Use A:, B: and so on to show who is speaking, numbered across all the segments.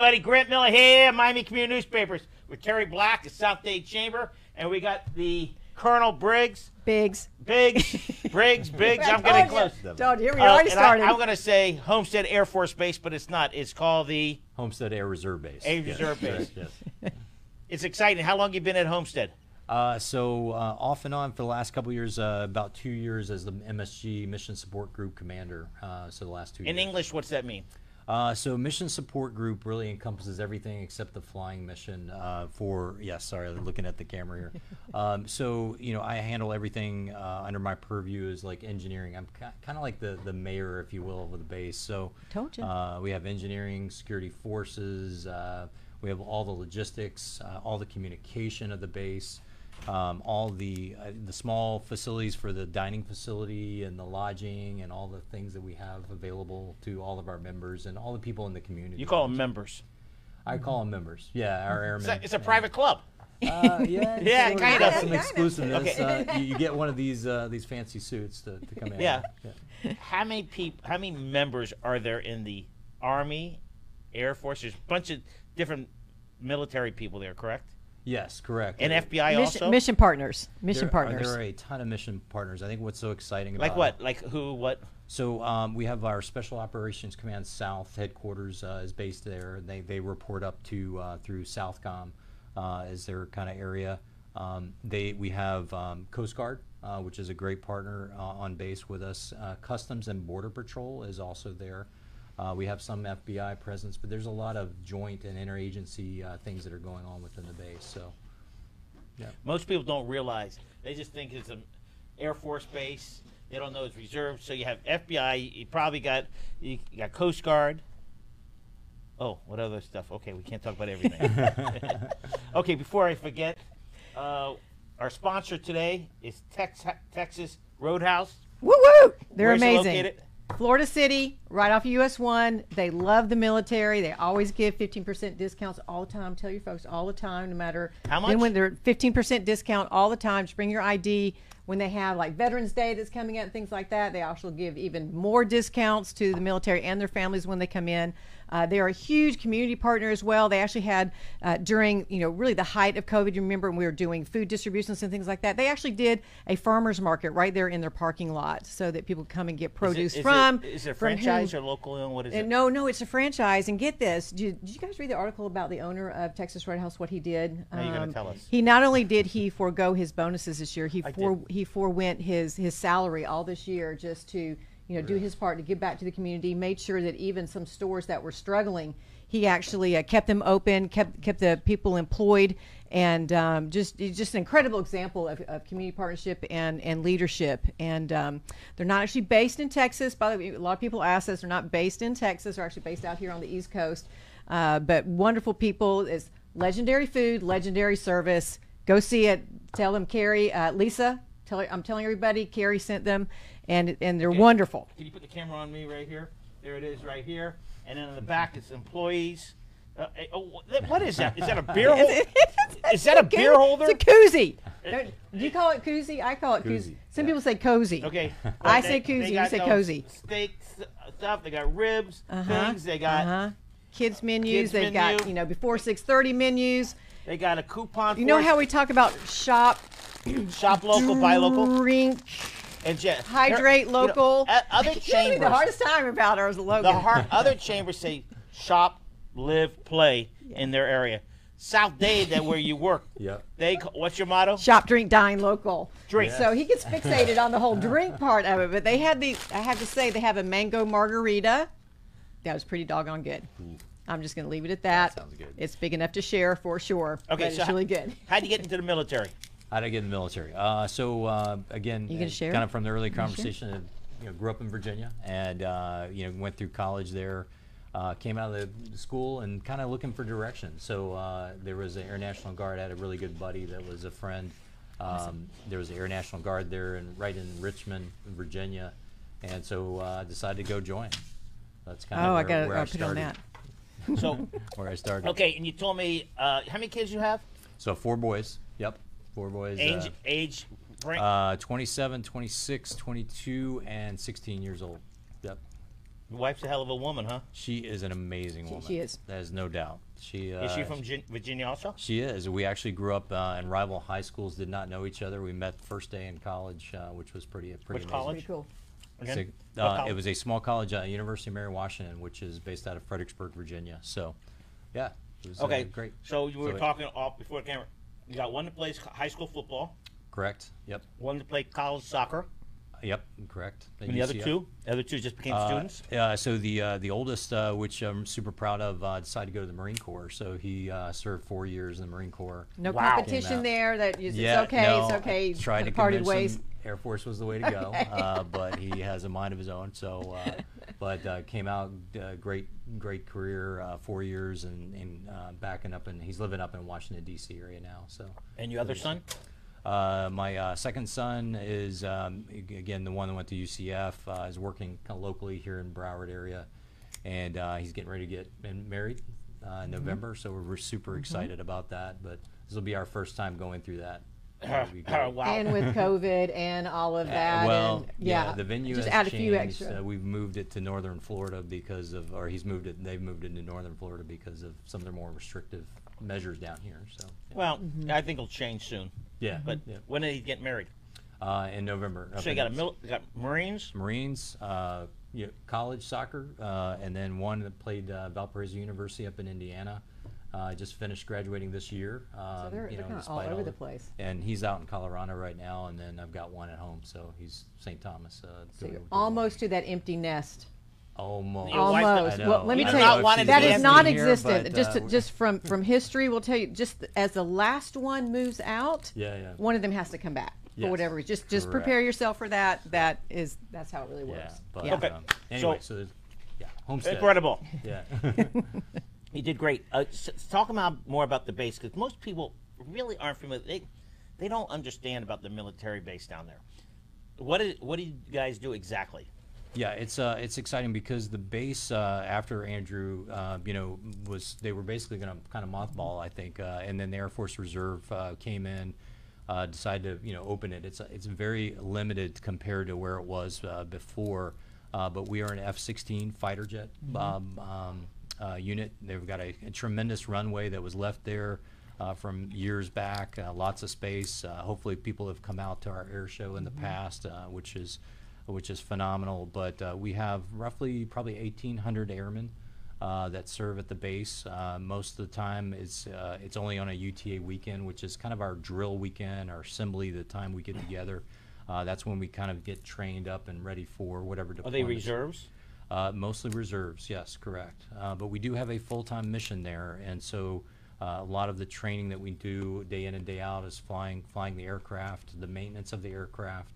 A: Buddy Grant Miller here, Miami Community Newspapers, with Terry Black, the South Dade Chamber, and we got the Colonel Briggs,
B: Biggs.
A: Biggs, Briggs, Biggs. I'm
B: I
A: getting
B: told
A: close.
B: Oh, you. Don't, here we
A: Uh,
B: already
A: and
B: started.
A: I, am going to say Homestead Air Force Base, but it's not. It's called the.
C: Homestead Air Reserve Base.
A: Air Reserve Base.
C: Yes. yes.
A: It's exciting. How long you been at Homestead?
C: Uh, so uh, off and on for the last couple of years, uh, about two years as the MSG Mission Support Group Commander. Uh, so the last two
A: In
C: years.
A: English, what's that mean?
C: Uh, so Mission Support Group really encompasses everything except the flying mission uh, for, yes, sorry, I'm looking at the camera here. Um, so, you know, I handle everything uh, under my purview is like engineering. I'm kind of like the, the mayor, if you will, of the base. So
B: Told ya.
C: Uh, we have engineering, security forces. Uh, we have all the logistics, uh, all the communication of the base, um, all the uh, the small facilities for the dining facility and the lodging and all the things that we have available to all of our members and all the people in the community.
A: You call them members.
C: I call them members. Yeah, our
A: It's
C: airmen.
A: a, it's a private club.
C: Uh, yeah,
A: Yeah,
C: so
A: kinda.
C: we got some
B: Kinda.
C: exclusiveness.
A: Okay.
C: Uh, you, you get one of these uh, these fancy suits to, to come in.
A: Yeah. How many people? How many members are there in the Army, Air Force? There's a bunch of different military people there, correct?
C: Yes, correct.
A: And
C: Uh,
A: FBI also.
B: Mission, mission partners. Mission
C: there,
B: partners.
C: There are a ton of mission partners. I think what's so exciting
A: Like
C: about
A: what? Like who? What?
C: So um, we have our Special Operations Command South headquarters uh, is based there. They they report up to uh, through Southcom uh, is their kind of area. Um, they we have um, Coast Guard, uh, which is a great partner uh, on base with us. Uh, Customs and Border Patrol is also there. Uh, we have some FBI presence, but there's a lot of joint and interagency uh, things that are going on within the base. So
A: Most people don't realize. They just think it's an Air Force base. They don't know it's reserved. So you have FBI. You probably got you got Coast Guard. Oh, what other stuff? Okay, we can't talk about everything. okay, before I forget, uh, our sponsor today is Tex- Texas Roadhouse.
B: woo woo! They're
A: Where's it
B: amazing.
A: located?
B: Florida City, right off of US 1. They love the military. They always give 15% discounts all the time. Tell your folks all the time, no matter.
A: How much?
B: Then when they're 15% discount all the time, just bring your ID. When they have like Veterans Day that's coming up and things like that, they also give even more discounts to the military and their families when they come in. Uh, they are a huge community partner as well. They actually had uh, during you know really the height of COVID. You remember when we were doing food distributions and things like that. They actually did a farmers market right there in their parking lot so that people could come and get
A: Is it-
B: produce
A: is it-
B: from.
A: Is it a
B: from whom-
A: franchise or local owned? What is
B: and
A: it?
B: no, no, it's a franchise. And get this, did, did you guys read the article about the owner of Texas Roadhouse? What he did? Um,
A: No, you're gonna tell us.
B: He not only did he forego his bonuses this year, he
A: I
B: for,
A: did.
B: he forewent his his salary all this year just to you know do his part to give back to the community. Made sure that even some stores that were struggling, he actually uh, kept them open, kept kept the people employed, and um, just it's just an incredible example of, of community partnership and and leadership. And um, they're not actually based in Texas. By the way, a lot of people ask us they're not based in Texas. They're actually based out here on the East Coast, uh, but wonderful people. It's legendary food, legendary service. Go see it. Tell them Carrie, uh, Lisa. Tell her, I'm telling everybody Carrie sent them, and and they're wonderful.
A: Can you put the camera on me right here? There it is, right here. And then on the back, it's employees. Uh, eh, oh, wha- that- what is that? Is that a beer holder? Is that a beer holder?
B: It's a koozie. Don't- Do you call it koozie? I call it koozie.
C: Koozie,
B: Some people say cozy.
A: Okay.
B: I
A: They-
B: say
A: they
B: koozie, you
A: got
B: say
A: those
B: cozy.
A: Steaks, uh, stuff. They got ribs,
B: Uh-huh,
A: things. They got.
B: uh-huh. Kids menus.
A: Kids
B: they've got
A: menu.
B: you know before 6:30 menus.
A: They got a coupon.
B: You
A: for
B: know
A: us.
B: how we talk about shop,
A: shop local, buy local,
B: drink,
A: and just
B: hydrate local.
A: other
B: You know,
A: chambers.
B: the hardest time about ours, Logan.
A: The har- other chambers say shop, live, play in their area. South Dade, that where you work.
C: Yep.
A: They. ca- What's your motto?
B: shop, drink, dine, local.
A: Drink.
B: So he gets fixated on the whole drink part of it. But they had the, I have to say, they have a mango margarita. That was pretty doggone good. I'm just going to leave it at that.
C: Hmm. That sounds good.
B: It's big enough to share for sure.
A: Okay,
B: but
A: so
B: it's
A: ho-
B: really good.
A: How'd you get into the military?
C: How did I get in the military? Uh, so uh, again,
B: You gonna
C: uh,
B: share?
C: kind of from the early conversation, uh, you know, grew up in Virginia and uh, you know went through college there. Uh, came out of the school and kind of looking for direction. So uh, there was an Air National Guard. I had a really good buddy that was a friend. Um, There was an Air National Guard there, and right in Richmond, Virginia, and so uh, I decided to go join. That's kind of
B: Oh,
C: where,
B: I got to
C: where I
B: put it on
C: started.
B: that.
A: So,
C: Where I started.
A: okay, and you told me uh, how many kids you have?
C: So four boys. Yep, four boys.
A: Age,
C: uh,
A: age, rank.
C: Uh, 27, 26, 22, and 16 years old. Yep.
A: Your wife's a hell of a woman, huh?
C: She is an amazing
B: She-
C: woman.
B: she is.
C: There's no doubt. She uh,
A: Is she from Gin- Virginia also?
C: She is. We actually grew up uh, in rival high schools. Did not know each other. We met first day in college, uh, which was pretty pretty. amazing.
A: college?
B: Pretty cool.
C: It's
A: Again?
C: a-
A: What
C: uh,
A: college?
C: it was a small college, uh, University of Mary Washington, which is based out of Fredericksburg, Virginia. So, yeah, it was uh,
A: Okay,
C: great.
A: So you were
C: So it-
A: talking off before camera. You got one that plays co- high school football,
C: Correct. Yep.
A: one that played college soccer,
C: Yep. Correct. At
A: and the other
C: UCF.
A: two, the other two just became
C: Uh,
A: students.
C: Uh, so the uh, the oldest, uh, which I'm super proud of, uh, decided to go to the Marine Corps. So he uh, served four years in the Marine Corps.
B: No
A: Wow.
C: Came
B: competition
C: out.
B: there. That is,
C: Yeah,
B: it's okay.
C: no,
B: it's
C: I
B: okay.
C: Tried to
B: kinda parted
C: convince
B: ways.
C: him Air Force was the way to go, uh, but he has a mind of his own. So, uh, but uh, came out uh, great, great career, uh, four years, and, and uh, backing up, and he's living up in Washington D.C. area now. So,
A: And your other son?
C: uh, my uh, second son is um, ag- again the one that went to UCF. Uh, is working kind of locally here in Broward area, and uh, he's getting ready to get in- married uh,
B: Mm-hmm.
C: in November. So we're, we're super excited about that. But this will be our first time going through that. It'll be great.
A: wow.
B: And with COVID and all of that.
C: Uh, Well,
B: and,
C: yeah, the venue
B: Just add
C: has
B: a
C: changed.
B: few extra.
C: Uh, we've moved it to northern Florida because of, or he's moved it. They've moved it to northern Florida because of some of the more restrictive measures down here. So, yeah.
A: well, I think it'll change soon.
C: yeah,
A: But
C: yeah.
A: when did he get married?
C: Uh, in November. up
A: So you
C: in
A: got a mil- you got Marines,
C: Marines, uh, you know, college soccer, uh, and then one that played uh, Valparaiso University up in Indiana. Uh, just finished graduating this year. Um,
B: so they're,
C: you
B: they're
C: know,
B: kind of all
C: despite
B: over the
C: of-
B: place.
C: And he's out in Colorado right now, and then I've got one at home. So he's St. Thomas. Uh,
B: So
C: doing-
B: you're
C: doing well.
B: almost to that empty nest.
C: Almost.
A: Your wife-
B: Almost.
C: I know.
B: Well, let me
A: You do
B: tell
A: not
B: you,
A: want it
B: that
A: to be
B: is
A: empty
B: non-existent.
C: here, but,
B: just,
C: uh,
B: to- just from from history, we'll tell you. Just th- as the last one moves out,
C: Yeah, yeah.
B: one of them has to come back for
C: Yes.
B: whatever. reason. Just, just
C: Correct.
B: prepare yourself for that. That is, that's how it really
C: Yeah,
B: works.
C: but
B: yeah.
A: Okay.
C: um, anyway, so, there's yeah, homestead.
A: incredible.
C: Yeah,
A: He did great. Uh, s- talk about more about the base because most people really aren't familiar. They they don't understand about the military base down there. What is what do you guys do exactly?
C: yeah. It's uh, it's exciting because the base uh, after Andrew, uh, you know, was they were basically going to kind of mothball, I think, uh, and then the Air Force Reserve uh, came in. Uh, decided to you know open it. It's it's very limited compared to where it was uh, before, uh, but we are an F-16 fighter jet um, um, uh, unit. They've got a, a tremendous runway that was left there uh, from years back. Uh, lots of space. Uh, hopefully, people have come out to our air show in the past, uh, which is which is phenomenal. But uh, we have roughly probably 1,800 airmen uh, that serve at the base. Uh, most of the time, it's uh, it's only on a UTA weekend, which is kind of our drill weekend, our assembly, the time we get together. Uh, that's when we kind of get trained up and ready for whatever
A: Are
C: deployment.
A: they reserves?
C: Uh, mostly reserves, yes, correct. Uh, but we do have a full-time mission there, and so uh, a lot of the training that we do day in and day out is flying, flying the aircraft, the maintenance of the aircraft,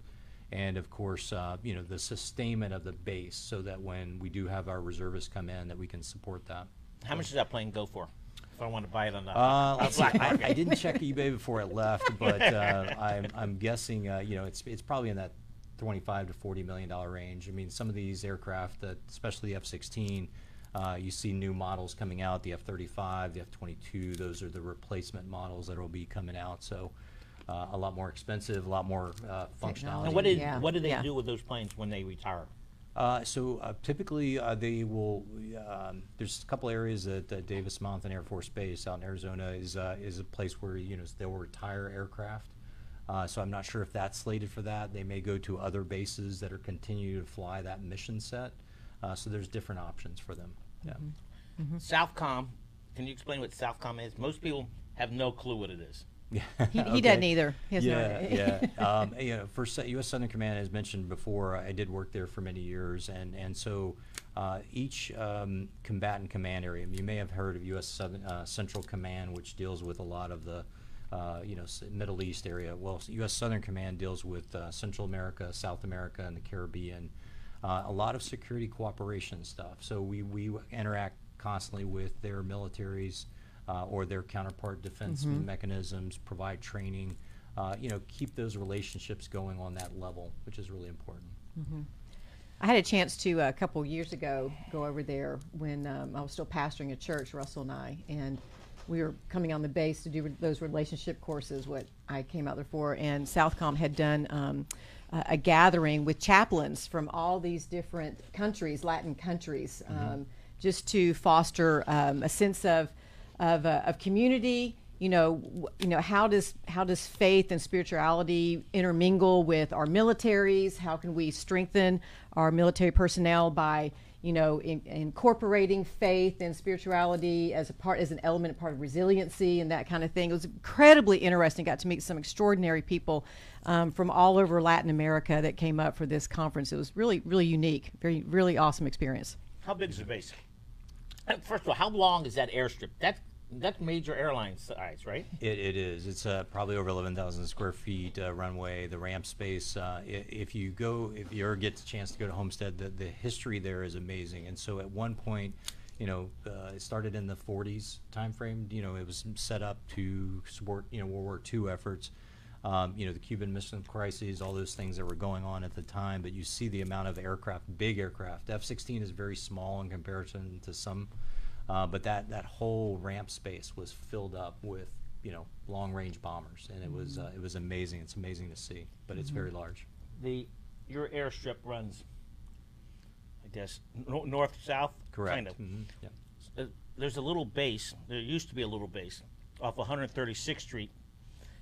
C: and of course, uh, you know, the sustainment of the base, so that when we do have our reservists come in, that we can support that.
A: How much does that plane go for? If I want to buy it or not? A
C: Uh, let's see,
A: black
C: I,
A: market.
C: I didn't check eBay before it left, but uh, I'm, I'm guessing, uh, you know, it's, it's probably in that 25 to 40 million dollar range. I mean, some of these aircraft, that, especially the F-16, uh, you see new models coming out, the F-35, the F-22. Those are the replacement models that will be coming out. So, uh, a lot more expensive, a lot more uh, functionality.
A: and what did
B: Yeah.
A: what do they
B: Yeah.
A: do with those planes when they retire?
C: Uh, so uh, typically, uh, they will. Um, there's a couple areas that uh, Davis Monthan Air Force Base out in Arizona is uh, is a place where you know they'll retire aircraft. Uh, so I'm not sure if that's slated for that. They may go to other bases that are continue to fly that mission set. Uh, so there's different options for them. Yeah. Mm-hmm.
A: Southcom. Can you explain what Southcom is? Most people have no clue what it is.
B: He, he
C: Okay.
B: doesn't either. He has no
C: yeah,
B: idea.
C: yeah. Um, you know, for Se- U.S. Southern Command, as mentioned before, I did work there for many years, and and so uh, each um, combatant command area. You may have heard of U.S. Southern, uh, Central Command, which deals with a lot of the uh, you know s- Middle East area. Well, U.S. Southern Command deals with uh, Central America, South America, and the Caribbean. Uh, a lot of security cooperation stuff. So we we interact constantly with their militaries uh, or their counterpart defense
B: Mm-hmm.
C: mechanisms, provide training, uh, you know, keep those relationships going on that level, which is really important.
B: I had a chance to uh, a couple years ago go over there when um, I was still pastoring a church, Russell and I, and we were coming on the base to do re- those relationship courses, what I came out there for, and Southcom had done um, a, a gathering with chaplains from all these different countries, Latin countries, um, just to foster um, a sense of of, uh, of community. You know, w- you know how does how does faith and spirituality intermingle with our militaries? How can we strengthen our military personnel by you know in, incorporating faith and spirituality as a part as an element part of resiliency and that kind of thing it was incredibly interesting got to meet some extraordinary people um, from all over latin america that came up for this conference it was really really unique very really awesome experience
A: How big is the base? Uh, First of all, how long is that airstrip? That that's major airline size, right?
C: It, it is. It's uh, probably over 11,000 square feet uh, runway, the ramp space. Uh, i- if you go, if you ever get the chance to go to Homestead, the, the history there is amazing. And so at one point, you know, uh, it started in the 40s timeframe. You know, it was set up to support, you know, World War II efforts. Um, you know, the Cuban Missile Crisis, all those things that were going on at the time. But you see the amount of aircraft, big aircraft. F 16 is very small in comparison to some. Uh, but that, that whole ramp space was filled up with you know long range bombers, and it
A: Mm-hmm.
C: was uh, it was amazing. It's amazing to see, but it's very large.
A: The your airstrip runs, I guess, no, north south.
C: Correct.
A: Kind of.
C: Mhm, yeah.
A: uh, there's a little base. There used to be a little base off 136th Street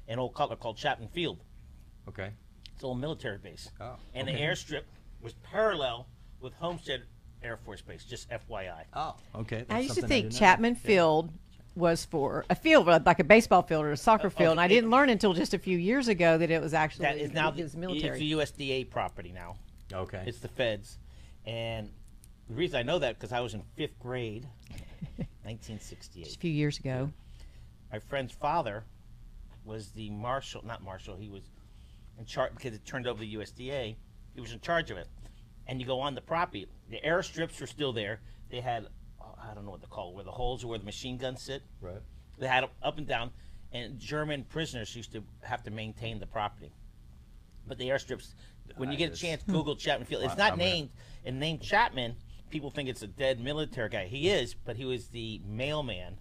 A: in Old Cutler called Chapman Field.
C: Okay.
A: It's a little military base.
C: Oh,
A: and the airstrip was parallel with Homestead Air Force Base. Just FYI.
C: Oh, okay.
B: I
C: that's
B: used to
C: something
B: think
C: didn't know.
B: Chapman
C: Yeah.
B: Field was for a field uh, like a baseball field or a soccer field, and I
A: Oh, okay.
B: didn't learn until just a few years ago that it was actually
A: That is now the,
B: his military.
A: It's the USDA property now.
C: Okay.
A: It's the feds, and the reason I know that because I was in fifth grade,
B: just a
A: 1968.
B: few years ago.
A: My friend's father was the marshal, not marshal. He was in charge because it turned over to the USDA. He was in charge of it. And you go on the property. The airstrips were still there. They had oh, I don't know what they call it, where the holes are where the machine guns sit.
C: right.
A: They had 'em up and down, and German prisoners used to have to maintain the property. But the airstrips, when you
C: I
A: get a
C: just-
A: chance, Google Chapman Field. It's
C: I'm
A: not
C: gonna-
A: named, and named Chapman, people think it's a dead military guy. He is, but he was the mailman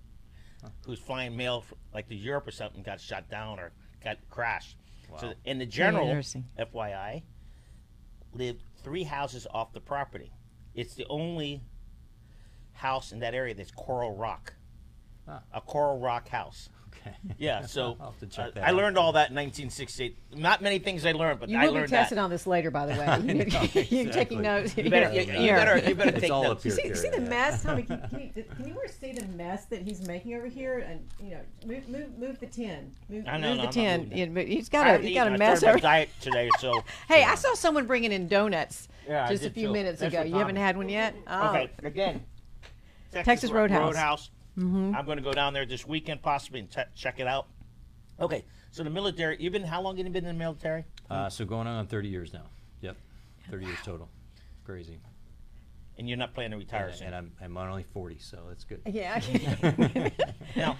A: who's flying mail fr- like to Europe or something, got shot down or got crashed. So,
C: Wow.
A: and the general,
B: interesting.
A: FYI, lived three houses off the property. It's the only house in that area that's coral rock,
C: Ah.
A: a coral rock house.
C: Okay.
A: Yeah, so
C: I'll have to check
A: uh,
C: that
A: I
C: out.
A: learned all that in 1968. Not many things I learned, but
B: You
A: I
B: will be
A: learned
B: tested
A: that.
B: on this later, by the way. You're
C: exactly.
B: taking notes.
A: You better, you,
B: Here,
A: you
B: here.
A: better, you better
C: It's
A: take
C: all
A: notes.
C: up here.
B: See, see the
C: Yeah.
B: mess, Tommy. Can, can, you, can you ever see the mess that he's making over here? And you know, move, move, move the tin. Move,
A: I know, no,
B: move the
A: I'm not
B: tin.
A: moving it.
B: Yeah, but He's
A: I
B: got a
A: haven't
B: he got
A: eaten
B: a
A: a
B: mess
A: third of
B: over.
A: my diet today, so
B: Hey, I saw someone bringing in donuts
A: Yeah, I
B: just a
A: did
B: few
A: too.
B: minutes
A: Thanks
B: ago.
A: for
B: You haven't
A: Tommy.
B: had one yet? Oh.
A: Okay, again.
B: Texas
A: Ro-
B: Roadhouse. Mm-hmm.
A: I'm going to go down there this weekend possibly and te- check it out. Okay, so the military. You've been how long have you been in the military?
C: Uh, so going on 30 years now. Yep. 30 years total. Crazy.
A: And you're not planning to retire
C: And,
A: soon.
C: and I'm I'm only 40, so that's good.
B: Yeah. okay.
A: now,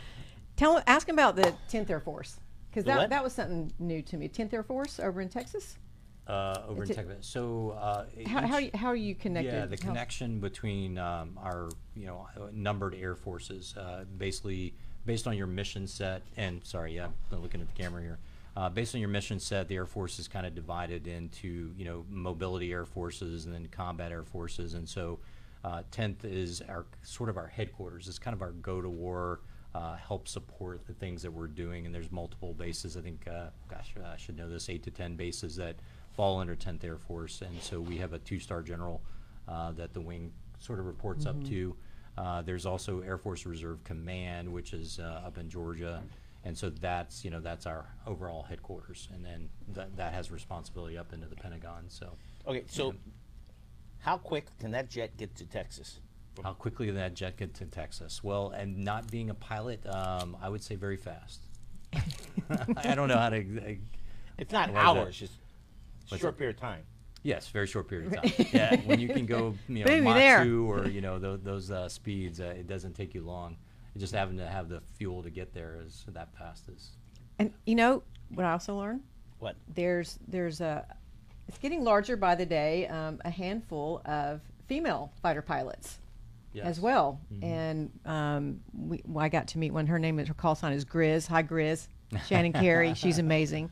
B: Tell ask him about the 10th Air Force because
A: The
B: that,
A: what?
B: that was something new to me. 10th Air Force over in Texas.
C: Uh, over in
B: It's a-
C: Texas. So uh,
B: How, how,
C: each-
B: you- how are you connected?
C: Yeah, the
B: How-
C: connection between um, our you know numbered air forces, uh, basically based on your mission set. And sorry, yeah, I'm looking at the camera here. Uh, based on your mission set, the Air Force is kind of divided into you know mobility air forces and then combat air forces, and so. Uh, 10th is our sort of our headquarters. It's kind of our go to war, uh, help support the things that we're doing. And there's multiple bases. I think, uh, gosh, uh, I should know this, eight to 10 bases that fall under 10th Air Force. And so we have a two star general uh, that the wing sort of reports up to. Uh, there's also Air Force Reserve Command, which is uh, up in Georgia. And so that's, you know, that's our overall headquarters. And then that, that has responsibility up into the Pentagon. So
A: okay, so how quick can that jet get to Texas?
C: How quickly did that jet get to Texas? Well, and not being a pilot, um, I would say very fast. I don't know how to. ex-
A: It's not
C: Why is that?
A: hours, just
C: What's
A: short
C: that?
A: period of time.
C: yes, very short period of time. yeah, when you can go, you know,
B: Boom, you're
C: Mach
B: there.
C: two or you know those, those uh, speeds, uh, it doesn't take you long. Just having to have the fuel to get there is that fast is.
B: And you know what I also learned?
A: What?
B: There's there's a it's getting larger by the day. Um, a handful of female fighter pilots.
C: Yes.
B: as well. And um, we, well, I got to meet one. Her name is her call sign is Grizz. Hi, Grizz. Shannon Carey. She's amazing,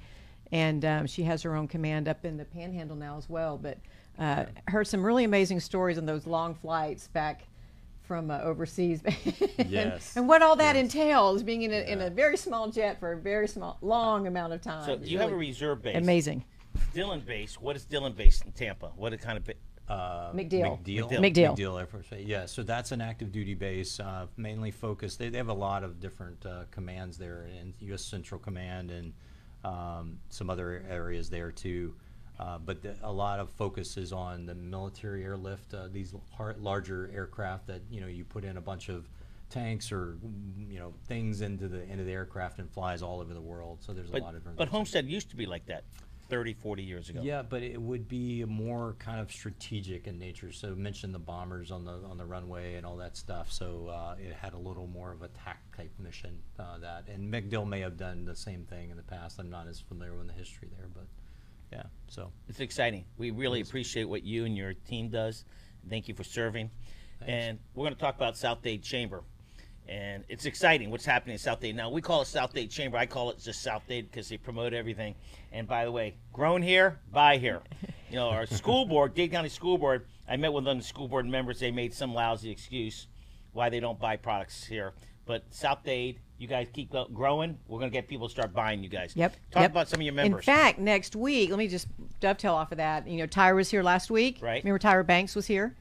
B: and um, she has her own command up in the Panhandle now as well. But uh, heard some really amazing stories on those long flights back from uh, overseas. And-
C: Yes.
B: And what all that entails, being in a, in
C: Yeah.
B: a very small jet for a very small, long amount of time.
A: So
B: It's
A: you have a
B: really
A: reserve base.
B: amazing
A: Dillon base. What is Dillon base in Tampa? What kind of? Ba- Uh,
B: McDeal.
C: McDeal.
B: McDeal.
C: Air Force Base. Yeah, so that's an active duty base, uh, mainly focused. They, they have a lot of different uh, commands there, and U.S. Central Command and um, some other areas there too. Uh, but the, a lot of focus is on the military airlift. Uh, these har- larger aircraft that you know you put in a bunch of tanks or you know things into the into the aircraft and flies all over the world. So there's a lot of
A: but
C: different
A: but
C: things.
A: Homestead used to be like that, 30, 40 years ago.
C: Yeah, but it would be more kind of strategic in nature. So mention the bombers on the on the runway and all that stuff. So uh, it had a little more of a tac type mission uh, that, and McDill may have done the same thing in the past. I'm not as familiar with the history there, but yeah. So
A: It's exciting. We really appreciate what you and your team does. Thank you for serving. And we're going to talk about South Dade Chamber. And it's exciting what's happening in South Dade. Now, we call it South Dade Chamber. I call it just South Dade because they promote everything. And by the way, grown here, buy here. You know, our school board, Dade County School Board, I met with one of the school board members. They made some lousy excuse why they don't buy products here. But South Dade, you guys keep go- growing. We're going to get people to start buying you guys.
B: Yep.
A: Talk
B: yep.
A: about some of your members.
B: In fact, next week, let me just dovetail off of that. You know, Tyra was here last week.
A: Right.
B: Remember Tyra Banks was here?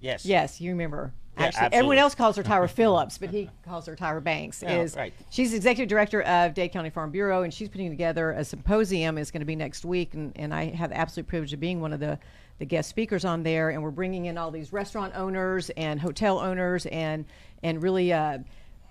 A: yes.
B: Yes, you remember.
A: Yeah,
B: Actually, everyone
A: absolutely.
B: else calls her Tyra Phillips, but he calls her Tyra Banks.
A: Yeah,
B: is
A: right.
B: she's executive director of Dade County Farm Bureau, and she's putting together a symposium. It's going to be next week, and, and I have the absolute privilege of being one of the the guest speakers on there. And we're bringing in all these restaurant owners and hotel owners, and and really. Uh,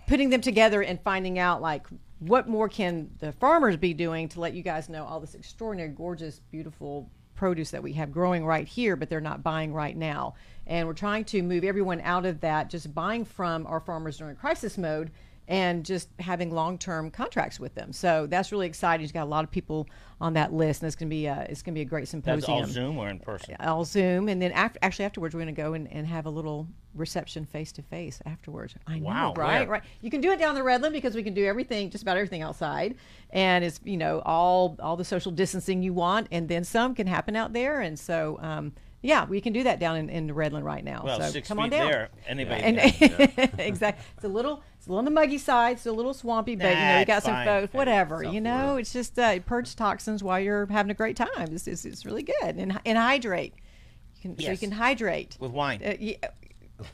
B: putting them together and finding out like what more can the farmers be doing to let you guys know all this extraordinary gorgeous beautiful produce that we have growing right here but they're not buying right now and we're trying to move everyone out of that just buying from our farmers during crisis mode and just having long-term contracts with them so that's really exciting you've got a lot of people on that list and it's going to be a, it's going to be a great symposium
A: That's all Zoom or in person?
B: I'll Zoom, and then after, actually afterwards, we're going to go and, and have a little reception face to face afterwards. I know,
A: Wow,
B: right?
A: where?
B: Right. You can do it down the Redland because we can do everything, just about everything outside, and it's you know all all the social distancing you want, and then some can happen out there, and so um, yeah, we can do that down in, in the Redland right now.
A: Well,
B: so
A: six
B: come
A: feet
B: on down.
A: there, anybody.
B: And
A: can.
B: exactly, it's a little, it's a little on the muggy side, it's a little swampy, but you know
A: Nah,
B: you got
A: it's
B: some
A: fine.
B: folks, whatever.
C: South
B: You know, it's just uh, purge toxins while you're having a great time. It's, it's, it's really good, and and hydrate. You can so you
A: Yes.
B: can hydrate.
A: with wine.
B: Uh, ye-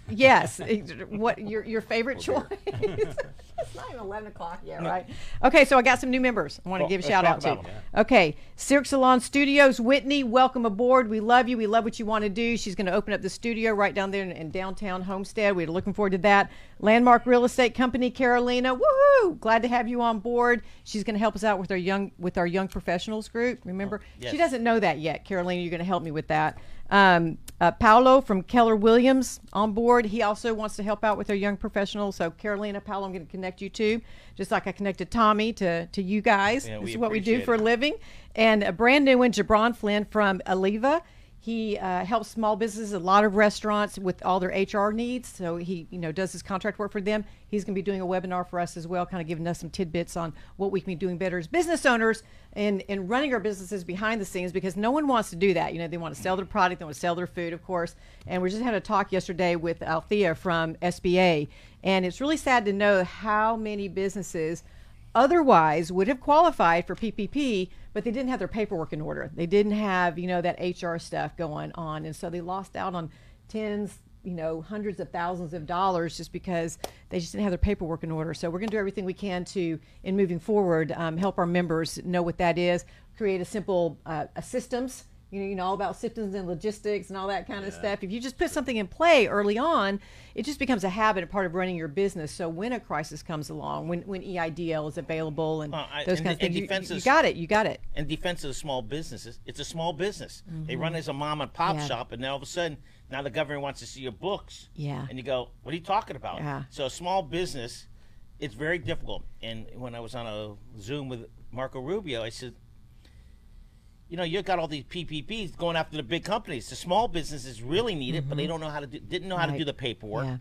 B: yes, It- what your your favorite choice? it's not even eleven o'clock yet, right? Okay, so I got some new members. I want to
A: Well,
B: give a
A: let's
B: shout
A: talk
B: out to.
A: about 'em.
B: Okay, Cirque Salon Studios, Whitney, welcome aboard. We love you. We love what you want to do. She's going to open up the studio right down there in, in downtown Homestead. We're looking forward to that. Landmark Real Estate Company, Carolina, woohoo! Glad to have you on board. She's going to help us out with our young with our young professionals group. Remember,
A: yes.
B: she doesn't know that yet. Carolina, you're going to help me with that. Um, uh, Paolo from Keller Williams on board. He also wants to help out with our young professionals. So Carolina, Paolo, I'm going to connect you too, just like I connected Tommy to to you guys.
A: Yeah,
B: this
A: we
B: is what we do
A: appreciate
B: for a
A: it.
B: living. And a brand new one, Jabron Flynn from Aliva. He uh, helps small businesses, a lot of restaurants with all their HR needs. So he, you know, does his contract work for them. He's going to be doing a webinar for us as well, kind of giving us some tidbits on what we can be doing better as business owners and and running our businesses behind the scenes because no one wants to do that. You know, they want to sell their product, they want to sell their food, of course. And we just had a talk yesterday with Althea from SBA, and it's really sad to know how many businesses otherwise would have qualified for PPP, but they didn't have their paperwork in order. They didn't have, you know, that HR stuff going on. And so they lost out on tens, you know, hundreds of thousands of dollars just because they just didn't have their paperwork in order. So we're going to do everything we can to, in moving forward, um, help our members know what that is, create a simple uh, a systems you know, you know all about systems and logistics and all that kind of stuff. If you just put something in play early on, it just becomes a habit, a part of running your business. So when a crisis comes along, when E when EIDL is available and
A: Well, I-
B: those
A: and
B: kinds of
A: de- and
B: things, you- you-
A: defense
B: you,
A: is-
B: got it, you got it.
A: in defense of the small businesses, it's a small business. They run as a mom and pop
B: Mm-hmm. Yeah.
A: shop, and then all of a sudden, now the government wants to see your books.
B: Yeah.
A: And you go, what are you talking about?
B: Yeah.
A: So, a small business, it's very difficult. And when I was on a Zoom with Marco Rubio, I said, you know, you've got all these PPPs going after the big companies. The small businesses really need it, but they don't know how to do, didn't know how to
B: Mm-hmm. Right.
A: do the paperwork.
B: Yeah.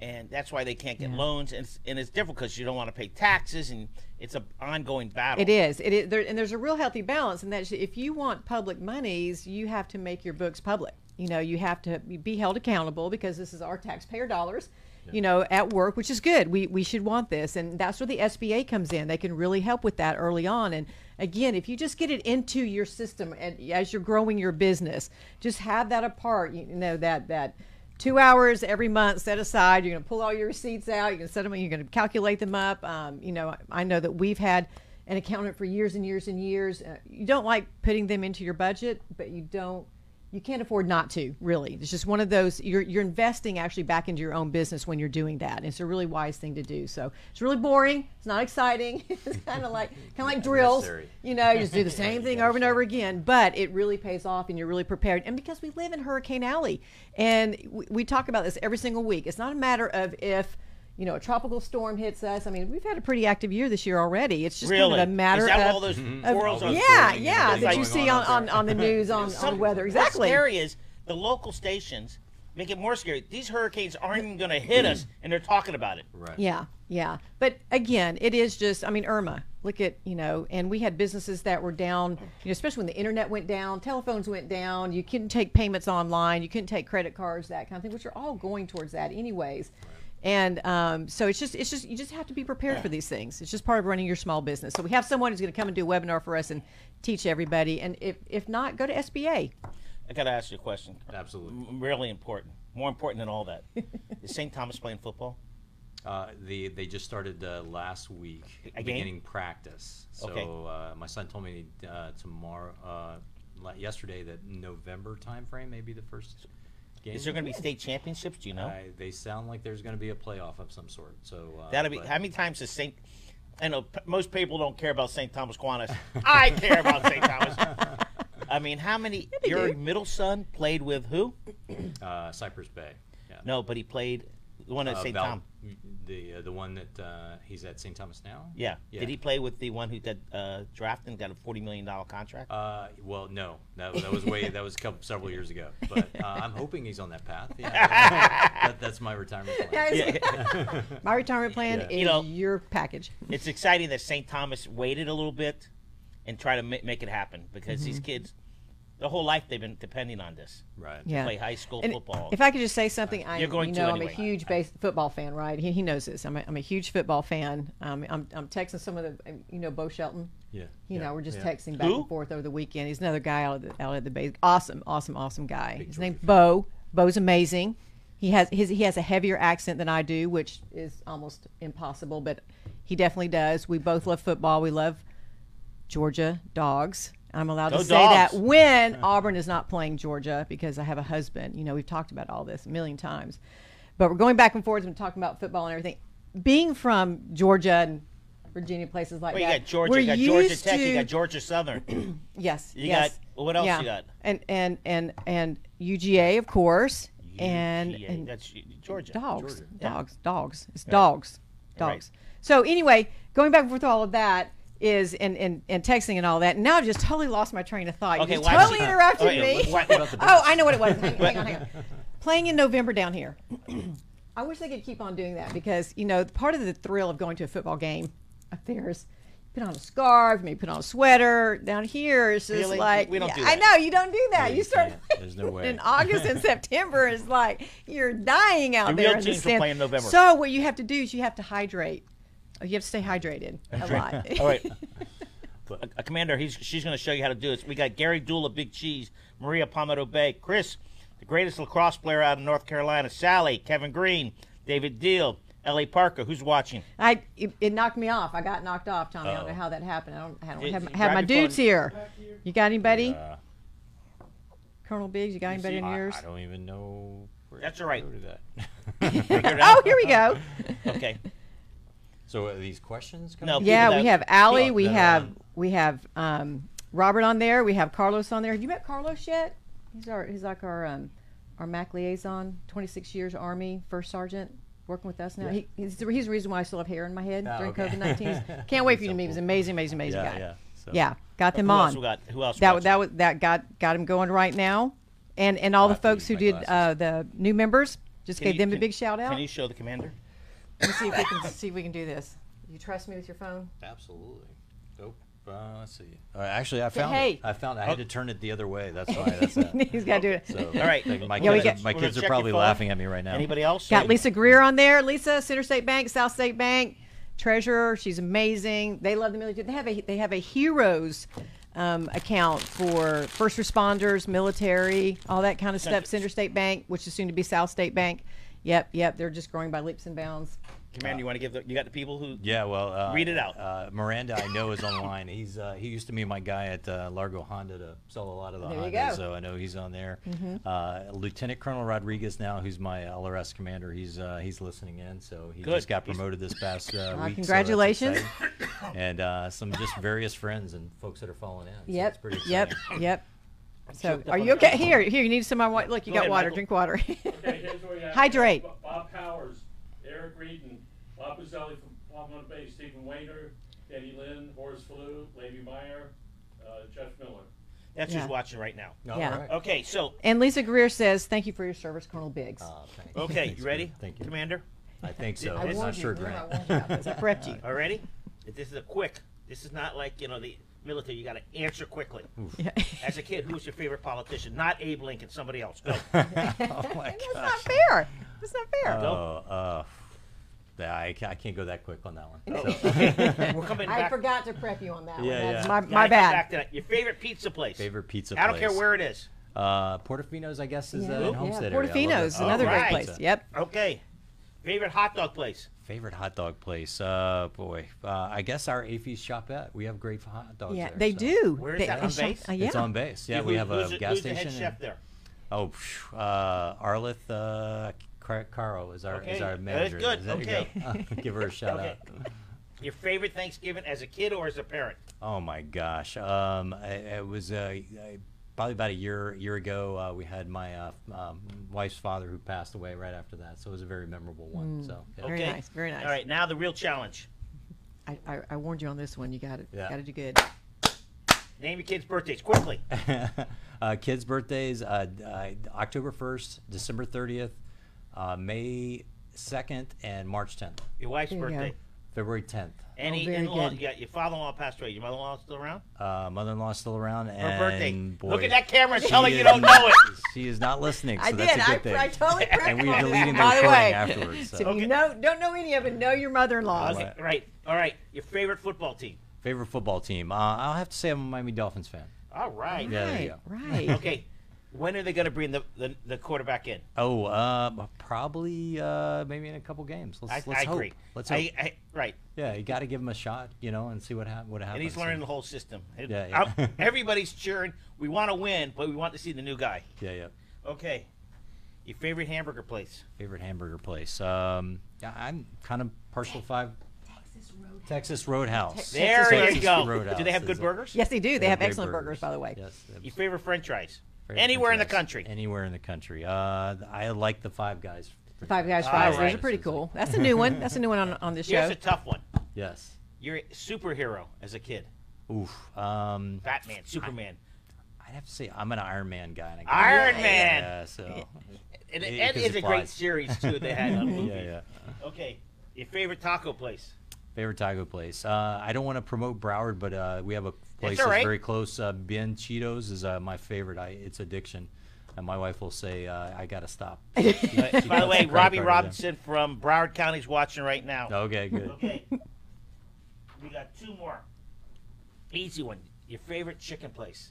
A: And that's why they can't get
B: Yeah.
A: loans, and it's, and it's difficult because you don't want to pay taxes, and it's an ongoing battle.
B: It is. It is there, and there's a real healthy balance, and that's if you want public monies, you have to make your books public. You know, you have to be held accountable because this is our taxpayer dollars. You know, at work, which is good. We we should want this, and that's where the SBA comes in. They can really help with that early on. And again, if you just get it into your system, and as you're growing your business, just have that apart. You know that that two hours every month set aside. You're going to pull all your receipts out. You're going to set them. You're going to calculate them up. Um, you know, I know that we've had an accountant for years and years and years. Uh, you don't like putting them into your budget, but you don't. You can't afford not to. Really, it's just one of those. You're you're investing actually back into your own business when you're doing that. And it's a really wise thing to do. So it's really boring. It's not exciting. it's kind of like kind of like drills.
C: Unnecessary.
B: You know, you just do the same thing over and over again, but it really pays off and you're really prepared. And because we live in Hurricane Alley and we, we talk about this every single week, it's not a matter of if, you know, a tropical storm hits us. I mean, we've had a pretty active year this year already. It's just
A: really
B: kind of a matter
A: is that
B: of.
A: all those
C: Mm-hmm.
B: of-
A: worlds on
B: yeah,
C: and
B: yeah,
C: everything
B: that you
C: going
B: see on,
C: on out
B: on,
C: there.
B: on the news on, on weather. Exactly.
A: What's scary is the local stations make it more scary. These hurricanes aren't even going to hit us, and they're talking about it.
C: Mm-hmm. Right.
B: Yeah, yeah. But again, it is just, I mean, Irma, look at, you know, and we had businesses that were down, you know, especially when the internet went down, telephones went down, you couldn't take payments online, you couldn't take credit cards, that kind of thing, which are all going towards that anyways. And um, so it's just, it's just, you just have to be prepared for these things. It's just part of running your small business. So we have someone who's going to come and do a webinar for us and teach everybody. And if, if not, go to SBA.
A: I got to ask you a question.
C: Absolutely.
A: M- Really important, more important than all that. Is St. Thomas playing football?
C: Uh, the, they just started uh, last week,
A: A game?
C: beginning practice. So
A: Okay.
C: uh, my son told me uh, tomorrow, uh, la- yesterday, that November timeframe may be the first game.
A: Is there going to be state championships? Do you know?
C: I, they sound like there's going to be a playoff of some sort. So uh,
A: That'll be
C: but-
A: how many times has St. I know p- most people don't care about St. Thomas Aquinas. I care about St. Thomas. I mean, how many? Your middle son played with who?
C: uh, Cypress Bay. Yeah.
A: No, but he played the one at
C: Uh,
A: St.
C: Val-
A: Thomas.
C: The uh, the one that uh, he's at St. Thomas now.
A: Yeah.
C: Yeah.
A: Did he play with the one who got uh, drafted and got a forty million dollar contract?
C: Uh, well, no, that, that was way that was a couple, several years ago. But uh, I'm hoping he's on that path. Yeah, that, that's my retirement plan.
B: My retirement plan
C: Yeah.
B: is
A: You know-
B: your package.
A: it's exciting that St. Thomas waited a little bit and tried to ma- make it happen because these
B: Mm-hmm.
A: kids, their whole life they've been depending on this.
C: Right.
B: Yeah.
A: Play high school
B: And
A: football. Uh,
B: If I could just say something, I
A: You're
B: am-
A: going
B: you
A: to
B: know I'm
A: anyway.
B: a huge base, football fan, right? He, he knows this. I'm a, I'm a huge football fan. Um, I'm, I'm texting some of the, um, you know, Bo Shelton.
C: Yeah.
B: You
C: yeah,
B: know, we're just
C: yeah.
B: texting back
A: Who?
B: and forth over the weekend. He's another guy out of the out of the base. Awesome, awesome, awesome guy. His
C: Georgia
B: name's Bo. Bo's amazing. He has his he has a heavier accent than I do, which is almost impossible, but he definitely does. We both love football. We love Georgia dogs. I'm allowed
A: Go
B: to say that
A: dogs.
B: when Auburn is not playing Georgia because I have a husband. You know, we've talked about all this a million times. But we're going back and forth and talking about football and everything. Being from Georgia and Virginia, places like
A: well, you
B: that.
A: got Georgia,
B: we're
A: you got Georgia
B: used
A: Tech, you
B: to-
A: got Georgia Southern.
B: Yes.
A: You
B: yes.
A: got- well, what else you got?
B: And and and and UGA of course. And,
A: UGA,
B: and
A: that's uh, Georgia.
B: dogs,
C: Georgia.
A: Yeah.
B: dogs, dogs. It's dogs,
A: Right.
B: dogs. So anyway, going back and forth to all of that is and, and and texting and all that. And now I've just totally lost my train of thought. You
A: Okay,
B: just
A: why don't
B: totally
A: you-
B: interrupted
A: Wait,
B: me.
A: what- what about the
B: oh, I know what it was. Hang, hang on, hang on. Playing in November down here. I wish they could keep on doing that because you know part of the thrill of going to a football game up there is put on a scarf, maybe put on a sweater. Down here, it's just
A: Really?
B: like
A: We don't
B: yeah,
A: do
B: I
A: that.
B: know you don't do that.
C: Yeah,
B: you
C: you
B: start
C: can't. There's no way.
B: in August and September is like you're dying out
A: The
B: there.
A: real
B: in the
A: teams will
B: stands.
A: play in November.
B: So what you have to do is you have to hydrate. You have to stay hydrated a lot.
A: All right. Uh, uh, Commander, he's, she's going to show you how to do this. We got Gary Dula, Big Cheese, Maria Palmetto Bay, Chris, the greatest lacrosse player out of North Carolina, Sally, Kevin Green, David Deal, L.A. Parker. Who's watching?
B: I it, it knocked me off. I got knocked off, Tommy. I don't know
C: Uh-oh.
B: how that happened. I don't, I don't
A: Did-
B: have,
A: did-
B: have my
A: grab your
B: dudes
A: phone.
B: here. You got anybody?
C: Uh,
B: Colonel Biggs, you got anybody in
C: I,
B: yours?
C: I don't even know. Where
A: That's
C: to
A: all right.
C: Go to that.
B: oh, here we go.
A: Okay.
C: so are these questions?
A: No.
C: coming?
B: Yeah,
A: People
B: we
A: that-
B: have Allie.
C: Look,
B: We
C: that are
B: have
C: on.
B: we have um, Robert on there. We have Carlos on there. Have you met Carlos yet? He's our he's like our um, our MAC liaison, 26 years Army, first sergeant, working with us now. He, he's, the, he's the reason why I still have hair in my head
C: Ah,
B: during
C: okay.
B: COVID 19. Can't wait for you to
C: So
B: meet. him. He's
C: cool.
B: an amazing, amazing, amazing
C: Yeah,
B: guy.
C: yeah. So
A: So.
B: Yeah, got them
A: who
B: on.
A: Else we got, who else? we
B: that
A: got?
B: that was that got got them going right now, and and all
C: I
B: the
C: have to
B: folks
C: use
B: who
C: my
B: did
C: glasses.
B: uh, the new members just
A: Can
B: gave
A: you-
B: them a
A: can-
B: big shout out.
A: Can you show the commander?
B: Let's see if we can see if we can do this. You trust me with your phone?
C: Absolutely. Nope. Uh, let's see. Uh, actually, I found
B: hey.
C: it. I found. I had to turn it the other way. That's why. That's that.
B: He's got to do it.
C: So,
A: Oh. All right.
C: like, my
B: Yeah, we
C: kids,
B: got-
C: my
A: We're gonna
C: kids are
A: check your
C: probably
A: phone.
C: laughing at me right now.
A: Anybody else?
B: Got Lisa Greer on there. Lisa, Center State Bank, South State Bank treasurer. She's amazing. They love the military. They have a they have a heroes um, account for first responders, military, all that kind of stuff. Center State Bank, which is soon to be South State Bank. Yep, yep. They're just growing by leaps and bounds.
A: Commander, you want to give the, you got the people who?
C: Yeah, well, uh,
A: Read it out.
C: Uh, Miranda, I know is online. He's uh, he used to be my guy at uh, Largo Honda to sell a lot of the
B: There you
C: Hondas,
B: go. Mm-hmm.
C: so I know he's on there. Uh, Lieutenant Colonel Rodriguez now, who's my LRS commander, he's uh, he's listening in. So he
A: Good.
C: just got
A: He's-
C: promoted this past uh, week. so that's
B: Ah, congratulations.
C: exciting. and uh, some just various friends and folks that are falling in. So it's
B: Yep,
C: pretty
B: yep,
C: exciting.
B: yep. So,
A: choked up
B: are
A: on
B: you
A: the
B: okay? Here, here. You need some of my water. Look, you
A: Go
B: got
A: ahead,
B: water.
A: Michael.
B: Drink water.
D: Okay, here's what we have.
B: Hydrate.
D: Bo- Bob Powers, Eric Reedon, Bob Buzzelli from Palmetto Bay, Stephen Wainer, Danny Lynn, Horace Flew, Levy Meyer, uh, Jeff Miller.
A: That's
B: Yeah.
A: who's watching right now.
C: All
B: Yeah.
C: right.
A: Okay, so
B: and Lisa Greer says, "Thank you for your service, Colonel Biggs."
C: Uh, thank you.
A: okay,
C: Thanks,
A: you
C: Grant.
A: ready?
C: Thank you.
A: Commander.
C: I think so.
A: I
C: I'm
A: warned
C: not
B: you,
C: sure,
B: remember, I
C: Grant.
B: warned you about this. I prepped you.
A: All ready? If This is a quick. This is not like you know the military. You got to answer quickly.
B: Yeah.
A: As a kid, who was your favorite politician? Not Abe Lincoln. Somebody else. Go.
C: oh my
B: That's
C: gosh.
B: not fair. That's not fair.
C: Oh, uh, yeah, I, ca- I can't go that quick on that one.
A: Oh,
C: So-
A: okay. We're coming
B: I
A: back.
B: forgot to prep you on that one.
C: Yeah,
B: That's
C: yeah.
B: my,
A: Gotta
B: my
A: come back
B: bad.
A: to that. Your favorite pizza place.
C: Favorite pizza
A: I don't care
C: place?
A: where it is.
C: Uh, Portofino's, I guess, is
B: Yeah.
C: the in Homestead
B: Yeah,
C: area. I love it.
B: Portofino's,
C: Oh,
B: another
A: right.
B: great place. Yep.
A: Okay. Favorite hot dog place.
C: Favorite hot dog place? Uh, boy, uh, I guess our AFE's Shopette. We have great hot dogs.
B: Yeah,
C: there,
B: they
C: so-
B: do.
A: Where is
B: They-
A: that
B: uh,
A: on
B: some-
A: base?
B: uh,
C: Oh, It's
B: yeah.
C: on base. Yeah,
A: Who-
C: we have a
A: who's the-
C: gas
A: who's the
C: station.
A: head
C: and-
A: chef there.
C: Oh, phew, uh, Arlith uh, Car- Caro is our
A: Okay,
C: is our
A: that's
C: manager.
A: good,
C: There you go.
A: okay.
C: give her a shout
A: Okay.
C: out.
A: Your favorite Thanksgiving as a kid or as a parent?
C: Oh my gosh, um, I- it was uh, I- probably about a year year ago. Uh, we had my uh, um, wife's father who passed away right after that, so it was a very memorable
B: Hmm.
C: one. So yeah.
B: Very nice, very nice.
A: All right, now the real challenge.
B: I, I, I warned you on this one. You got it.
C: Yeah.
B: Got to do good.
A: Name your kids' birthdays quickly.
C: uh, kids' birthdays: uh, d- uh, October first, December thirtieth, uh, May second, and March tenth,
A: Your wife's
B: There you go. Oh,
A: birthday.
C: February tenth.
A: Any
B: very
A: in-law?
B: good.
A: You got your father-in-law passed away. Your mother-in-law still around?
C: Uh, mother-in-law still around,
A: Her
C: and
A: birthday.
C: boy,
A: Look at that camera and
C: she
A: tell her
C: is
A: you don't know it.
C: not- She is not listening, so
B: I
C: that's
B: did.
C: a good
B: I,
C: thing.
B: I totally prepped
C: and we're
B: on this,
C: deleting the
B: by the
C: recording
B: way.
C: afterwards. So.
B: So if
A: Okay.
B: you know, don't know any of it, know your mother-in-law.
A: Okay, right. All right. Your favorite football team.
C: Favorite football team? Uh, I'll have to say I'm a Miami Dolphins fan.
A: All right.
C: Yeah, there you
B: Right,
C: go.
B: right.
A: Okay. When are they going to bring the, the, the quarterback in?
C: Oh, uh, probably uh, maybe in a couple games. Let's,
A: I,
C: let's
A: I
C: hope.
A: agree.
C: Let's hope.
A: I, I, right.
C: yeah, you got to give him a shot, you know, and see what hap- what happens.
A: And he's learning the whole system. It-
C: Yeah, yeah.
A: I'm- everybody's cheering. We want to win, but we want to see the new guy.
C: Yeah, yeah.
A: Okay. Your favorite hamburger place?
C: Favorite hamburger place? Um, yeah, I'm kind of partial five. Texas Roadhouse.
A: There
C: Texas
A: you go.
C: Roadhouse
A: Do they have
C: is
A: good
C: a-
A: burgers?
B: Yes, they do. They
C: Yeah,
B: have
C: great
B: excellent burgers, by the way.
C: Yes. they have
A: Your favorite French fries?
C: very
A: Anywhere in the
C: good fries.
A: country.
C: Anywhere in the country. Uh, I like the Five Guys.
B: The Five Guys
A: All
B: fries. Those
A: right.
B: are pretty cool. That's a new one. That's a new one on, on this
A: Here's
B: show.
A: a tough one.
C: Yes.
A: You're a superhero as a kid.
C: Oof. Um,
A: Batman, Superman.
C: I'd have to say I'm an Iron Man guy. and I guess-
A: Iron Man!
C: Yeah. So.
A: And
C: Yeah,
A: it
C: 'cause
A: is
C: it
A: a great
C: flies.
A: series too. They had on movies.
C: Yeah, yeah.
A: Okay, your favorite taco place?
C: Favorite taco place. Uh, I don't want to promote Broward, but uh, we have a place
A: all right.
C: that's very close. Uh, ben Cheetos is uh, my favorite. I, it's addiction, and my wife will say uh, I gotta stop. She- she cuts
A: By the way,
C: credit
A: Robbie
C: card with them.
A: Robinson from Broward County's watching right now.
C: Okay, good.
A: Okay, we got two more. Easy one. Your favorite chicken place?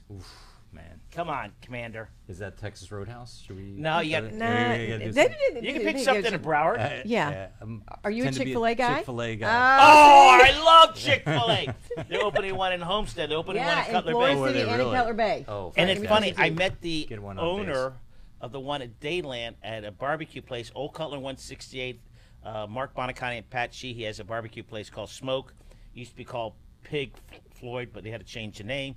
C: Man,
A: Come on, Commander.
C: is that Texas Roadhouse? Should we?
A: No, you got-
C: Yeah,
B: No,
C: yeah, yeah,
B: they
C: yeah,
B: they-
C: just-
B: they-
A: You can
B: they-
A: pick
B: they-
A: something in Broward.
C: I-
B: Yeah.
C: I'm-
B: Are you a
C: tend to be
B: Chick-fil-A guy?
C: Chick-fil-A guy.
A: Oh, I love Chick Fil A. They're opening one in Homestead. They're opening one
B: Yeah,
A: in
B: in
A: Cutler
B: Florida
A: Bay.
C: Oh, are
B: City
C: they
B: and in
C: really?
B: Cutler Bay.
C: Oh,
A: And
C: fantastic.
A: it's funny. I
B: Fantastic.
A: met the
C: Get one on
A: owner of the one at Dayland at a barbecue place, Old Cutler 168. Uh, Mark Bonacani and Pat Sheehy has a barbecue place called Smoke. Used to be called Pig F- Floyd, but they had to change the name.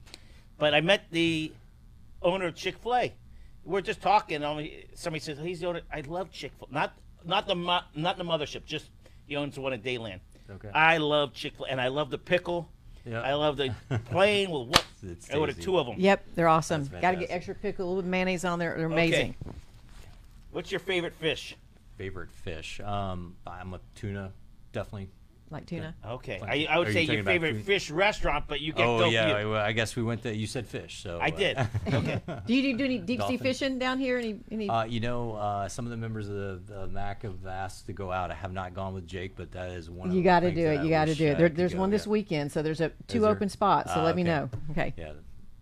A: But I met the owner of Chick Fil A. We're just talking. um, Somebody says he's the owner. I love Chick Fil. Not not the mo- not the mothership. Just he owns the one at Dayland.
C: Okay.
A: I love Chick Fil A, and I love the pickle.
C: Yeah.
A: I love the plain with what.
C: It's
A: I ordered
C: tasty.
A: two of them.
B: Yep, they're awesome.
C: That's
B: Got to get
C: fantastic.
B: extra pickle, a little bit of mayonnaise on there. They're
A: Okay.
B: amazing.
A: What's your favorite fish?
C: Favorite fish? Um, I'm a tuna, definitely.
B: Like tuna.
A: Okay,
C: Like-
A: I, I would
C: are you
A: say
C: talking
A: your
C: about
A: favorite
C: food?
A: fish restaurant, but you can
C: oh
A: go.
C: yeah,
A: for you.
C: I, I guess we went to. You said fish, so
A: I
C: uh,
A: did. Okay.
B: Do you do, do any deep sea
C: Dolphin.
B: fishing down here? Any any
C: Uh, you know, uh, some of the members of the, the MAC have asked to go out. I have not gone with Jake, but that is one. of
B: You
C: the
B: got to
C: things
B: do
C: that
B: it.
C: I
B: You got to
C: wish
B: do
C: I
B: it. There,
C: could
B: there's
C: go,
B: one this
C: yeah.
B: weekend, so there's a two
C: there?
B: open spots. So
C: Ah,
B: let me
C: okay.
B: know. Okay. Yeah,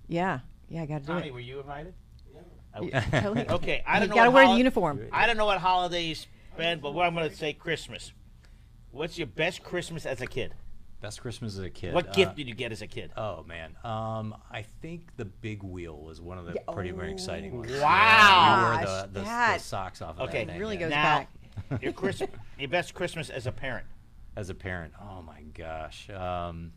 C: Yeah.
B: yeah, got to do
A: Tommy,
B: it.
A: were you invited?
B: Yeah,
C: Oh.
B: tell him.
A: Okay, I don't
B: you
A: know.
B: got to
A: what
B: wear the
A: holi-
B: uniform.
A: I don't know what holiday you spend, but what I'm going to say Christmas. What's your best Christmas as a kid?
C: Best Christmas as a kid.
A: What
C: uh,
A: gift did you get as a kid?
C: Oh man, um, I think the big wheel was one of the pretty very exciting ones.
A: Wow.
C: Yeah, we wore
B: oh Gosh,
C: the, the, the
B: that-
C: socks off. Of
A: Okay.
C: that thing,
B: Really
C: yeah.
B: goes
A: now,
B: back.
A: your Christmas, your best Christmas as a parent.
C: as a parent. Oh my gosh. Um,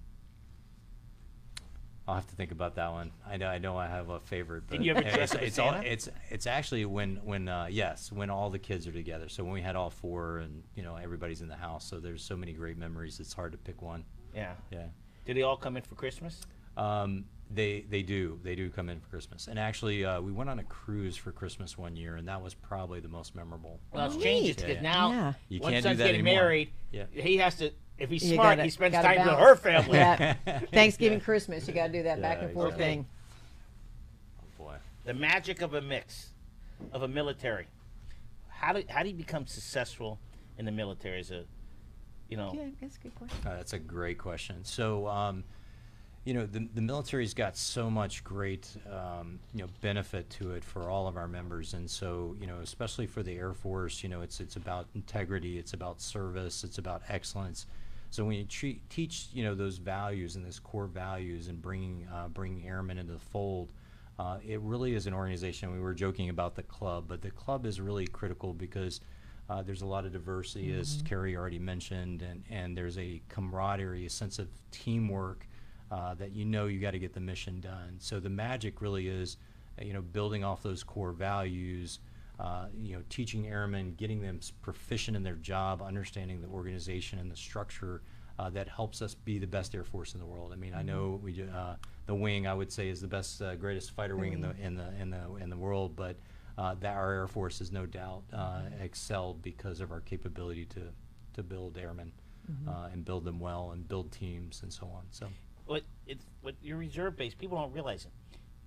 C: I'll have to think about that one. I know I know I have a favorite, but
A: Did you ever dress
C: it's,
A: up as
C: it's all
A: Santa?
C: it's it's actually when when uh, yes when all the kids are together. So when we had all four and you know everybody's in the house. So there's so many great memories. It's hard to pick one.
A: Yeah.
C: Yeah.
A: Did they all come in for Christmas?
C: Um, they they do they do come in for Christmas. And actually, uh, we went on a cruise for Christmas one year, and that was probably the most memorable.
A: Well, it's changed
C: Neat.
A: because
C: Yeah.
A: now
B: Yeah.
C: You
A: one
C: can't do
A: son's
C: that
A: getting
C: anymore.
A: married.
C: Yeah.
A: He has to. If he's
B: You
A: smart,
B: gotta-
A: he spends
B: gotta
A: time with her
B: balance.
A: family.
B: Yeah. Thanksgiving, Christmas, you got to do that back
C: Yeah,
B: and forth
C: exactly.
B: thing.
C: Oh boy.
A: The magic of a mix, of a military. How do how do you become successful in the military? As a, you know,
B: Yeah, that's a good question.
C: Uh, that's a great question. So, um, you know, the, the military's got so much great, um, you know, benefit to it for all of our members, and so you know, especially for the Air Force, you know, it's it's about integrity, it's about service, it's about excellence. So when you treat, teach, you know, those values and those core values, and bringing uh, bringing airmen into the fold, uh, it really is an organization. We were joking about the club, but the club is really critical because uh, there's a lot of diversity, as Kerry already mentioned, and, and there's a camaraderie, a sense of teamwork uh, that you know you got to get the mission done. So the magic really is, uh, you know, building off those core values. Uh, you know, teaching airmen, getting them s- proficient in their job, understanding the organization and the structure uh, that helps us be the best Air Force in the world. I mean, I know we do- uh, the wing I would say is the best, uh, greatest fighter wing in the in the in the in the world, but uh, that our Air Force has no doubt uh, excelled because of our capability to to build airmen uh, and build them well and build teams and so on. So
A: what it's what your reserve base. People don't realize it.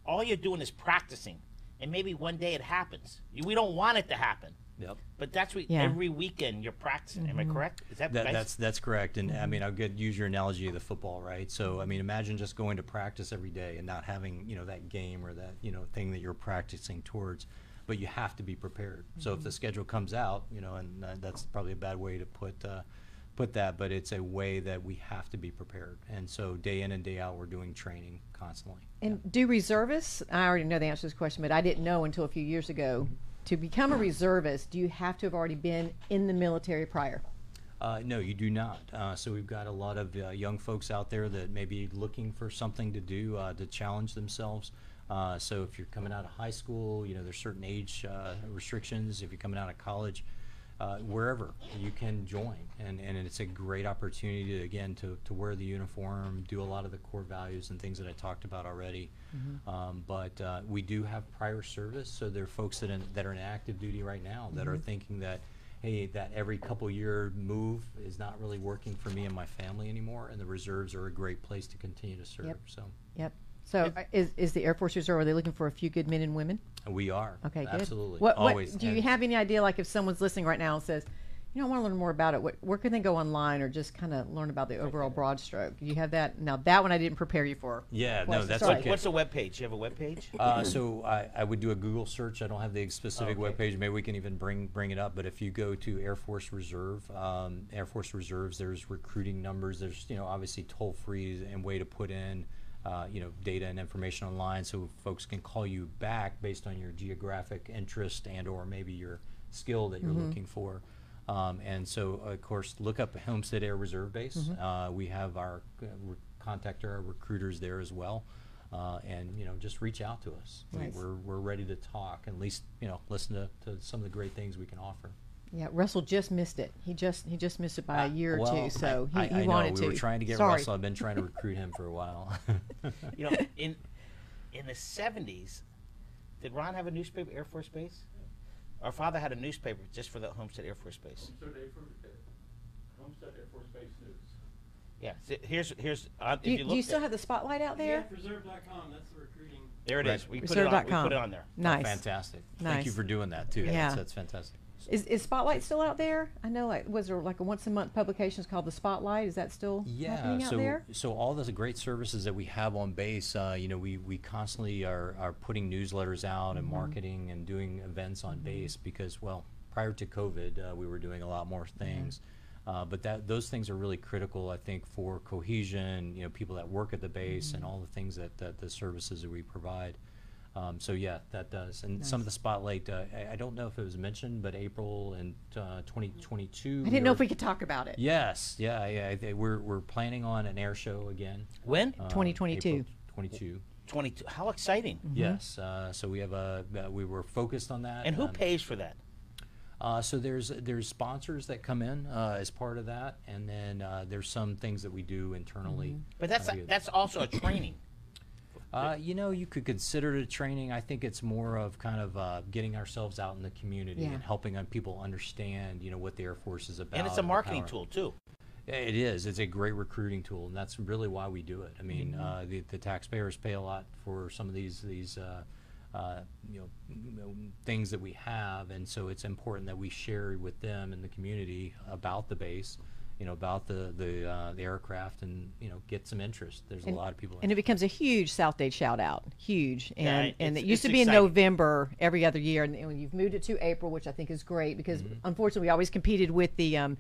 A: All you're doing is practicing, and maybe one day it happens. You, we don't want it to happen,
C: yep.
A: but that's what
B: Yeah. Mm-hmm.
A: every weekend you're practicing. Am I correct? Is that,
C: That,
A: nice?
C: that's that's correct, and I mean I'll get, use your analogy of the football, right? So I mean, imagine just going to practice every day and not having you know that game or that you know thing that you're practicing towards, but you have to be prepared. So if the schedule comes out, you know, and uh, that's probably a bad way to put uh, put that, but it's a way that we have to be prepared, and so day in and day out we're doing training constantly.
B: And do reservists? I already know the answer to this question, but I didn't know until a few years ago. To become a reservist, do you have to have already been in the military prior?
C: Uh, no, you do not. Uh, so we've got a lot of uh, young folks out there that may be looking for something to do uh, to challenge themselves. Uh, so if you're coming out of high school, you know there's certain age uh, restrictions. If you're coming out of college, uh, wherever you can join, and and it's a great opportunity to, again to to wear the uniform, do a lot of the core values and things that I talked about already. Um, but uh, we do have prior service, so there are folks that in, that are in active duty right now that are thinking that hey, that every couple year move is not really working for me and my family anymore, and the reserves are a great place to continue to serve.
B: Yep.
C: So
B: Yep. So uh, is, is the Air Force Reserve? Are they looking for a few good men and women?
C: and we are
B: Okay, good.
C: absolutely
B: What, what-
C: always.
B: do you
C: And
B: have any idea? Like, if someone's listening right now and says, "You know, I want to learn more about it," what, where can they go online or just kind of learn about the overall broad stroke? Do you have that? Now, that one I didn't prepare you for.
C: Yeah, no,
B: Question.
C: that's
B: Sorry.
A: What-
C: okay.
A: What's the web page? You have a web page?
C: Uh, so I, I would do a Google search. I don't have the specific
A: Okay.
C: webpage. Maybe we can even bring bring it up. But if you go to Air Force Reserve, um, Air Force Reserves, there's recruiting numbers. There's you know obviously toll free and way to put in. Uh, you know data and information online so folks can call you back based on your geographic interest and or maybe your skill that you're looking for um, and so of course look up homestead air reserve base
B: Mm-hmm.
C: uh, we have our uh, re- contact our recruiters there as well uh, and you know just reach out to us
B: Nice.
C: we, we're, we're ready to talk and at least you know listen to, to some of the great things we can offer
B: Yeah, Russell just missed it. He just he just missed it by a year
C: Well,
B: or two. So he,
C: I, I,
B: he
C: I know.
B: wanted
C: we
B: to.
C: were trying to get
B: Sorry.
C: Russell. I've been trying to recruit him for a while.
A: You know, in in the seventies, did Ron have a newspaper, Air Force Base? Our father had a newspaper just for the Homestead Air Force Base.
D: Homestead Air Force, Homestead Air Force Base News.
A: Yeah. so here's here's uh, if
B: Do
A: you,
B: you, do
A: look
B: you still
A: there,
B: have the spotlight out there?
E: Yeah, preserve.com, that's the recruiting.
A: there it
C: Right.
A: is. We put it on. We
B: Reserve.com.
A: put it on there.
B: Nice.
C: Fantastic. Thank you
B: Nice.
C: for doing that too.
B: Yeah.
C: That's, that's fantastic.
B: Is, is Spotlight still out there? I know, like, was there like a once a month publication it's called The Spotlight? Is that still
C: Yeah,
B: happening out
C: so
B: there?
C: so all the great services that we have on base, uh, you know, we, we constantly are, are putting newsletters out
B: Mm-hmm.
C: and marketing and doing events on base because well, prior to COVID, uh, we were doing a lot more
B: Mm-hmm.
C: things, uh, but that those things are really critical, I think, for cohesion. You know, people that work at the base
B: Mm-hmm.
C: and all the things that, that the services that we provide. Um, so yeah, that does. And some of the spotlight, uh, I, I don't know if it was mentioned, but April and uh, 2022.
B: I didn't know
C: are-
B: if we could talk about it.
C: Yes, yeah, yeah. They, we're we're planning on an air show again.
A: When?
C: um,
B: 2022.
C: April 22.
A: Twenty two. How exciting!
B: Mm-hmm.
C: Yes. Uh, so we have a uh, we were focused on that.
A: And who
C: um,
A: pays for that?
C: Uh, so there's there's sponsors that come in uh, as part of that, and then uh, there's some things that we do internally.
A: But that's
C: uh, we-
A: that's also a training.
C: Uh, you know, you could consider it a training. I think it's more of kind of uh, getting ourselves out in the community
B: Yeah.
C: and helping uh, people understand, you know, what the Air Force is about.
A: and it's a
C: the
A: marketing
C: power.
A: tool too.
C: Yeah, It is. It's a great recruiting tool, and that's really why we do it. I mean,
B: Mm-hmm.
C: uh, the, the taxpayers pay a lot for some of these these uh, uh, you know m- m- things that we have, and so it's important that we share with them and the community about the base, you know, about the the, uh, the aircraft, and you know, get some interest. There's a lot of people.
B: And it becomes a huge South Dade shout out, huge. And
A: Yeah,
B: and
A: it's-
B: it used to
A: it's
B: be in
A: exciting.
B: November every other year, and, and you've moved it to April, which I think is great because
A: Mm-hmm.
B: unfortunately we always competed with the um,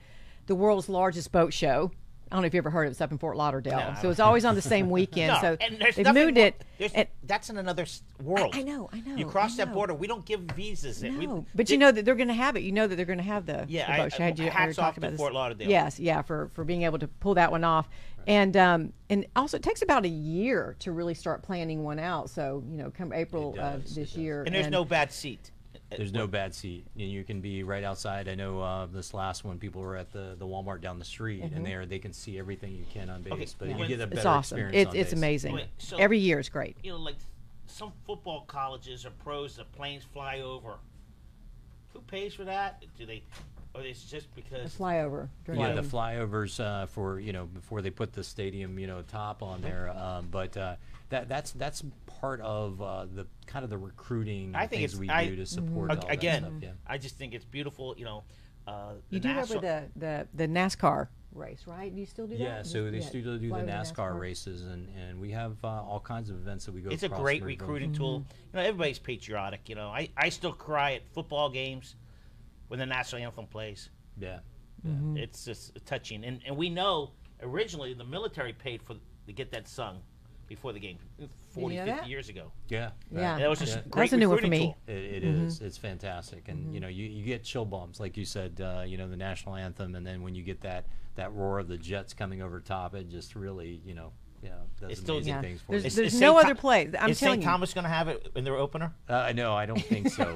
B: the world's largest boat show. I don't know if you ever heard of it. It's up in Fort Lauderdale,
A: No.
B: so it's always on the same weekend.
A: No,
B: so
A: and there's
B: they've
A: nothing
B: moved
A: more-
B: it.
A: there's-
B: and-
A: that's in another s- world.
B: I know, I
A: You
B: know, I
A: cross that
B: know.
A: border, we don't give visas. in. We-
B: No, but you know that they're going to have it. You know that they're going to have the
A: Yeah,
B: the
A: I-
B: boat show.
A: I-
B: Had you- we were
A: hats
B: talking
A: off to
B: about this.
A: Fort Lauderdale.
B: Yes, yeah, for for being able to pull that one off, and um and also it takes about a year to really start planning one out. So you know, come April
C: does,
B: of
C: it
B: this
C: does.
B: year,
A: and there's no bad seat.
C: There's no bad seat. You, you can be right outside. I know uh, this last one, people were at the, the Walmart down the street, and there they can see everything you can on base, but you
A: when-
C: get a better
B: Mm-hmm. it's awesome.
C: experience.
B: It's
C: on
B: it's
C: base.
B: amazing.
A: Wait, so-
B: Every year is great.
A: You know, like some football colleges or pros, the planes fly over. Who pays for that? Do they? Or it's just
B: The
A: because?
B: flyover. during
C: Yeah, the
B: game.
C: flyovers uh, for you know before they put the stadium you know top on
A: Mm-hmm.
C: there, um, but uh, that that's that's part of uh, the kind of the recruiting
A: I think
C: things
A: it's-
C: we
A: I- Mm-hmm.
C: do to support
A: Ag-
C: all
A: again,
C: That stuff, yeah.
A: I just think it's beautiful. You know, uh, the
B: you do
A: NASA
B: remember the, the the NASCAR race, right? Do you still do that?
C: Yeah, so they
B: Yeah,
C: still do the
B: fly over
C: NASCAR, races, and, and we have uh, all kinds of events that we go.
A: It's a
C: across
A: great
C: Maryville.
A: recruiting
B: Mm-hmm.
A: tool. You know, everybody's patriotic. You know, I, I still cry at football games when the national anthem plays.
C: Yeah,
B: Mm-hmm.
A: It's just touching. And, and we know originally the military paid for to get that sung before the game 40,
B: know
A: 50
B: that?
A: years ago.
C: yeah,
B: Yeah.
A: That was just
C: Yeah.
A: great
B: That's a new one for
A: recruiting
B: me.
A: tool.
C: It, it is.
B: Mm-hmm.
C: It's fantastic, and you know, you, you get chill bumps, like you said. Uh, you know, the national anthem, and then when you get that that roar of the jets coming over top, it just really, you know, you know, does
A: It's still-
C: amazing
B: Yeah.
C: things for
B: There's,
C: you.
A: Is-
B: there's
A: is
B: no
A: St.
B: other
A: Tho-
B: place. I'm
A: Is
B: telling
A: St.
B: you.
A: Thomas going to have it in their opener?
C: Uh, no, I don't think so. Uh,
B: Come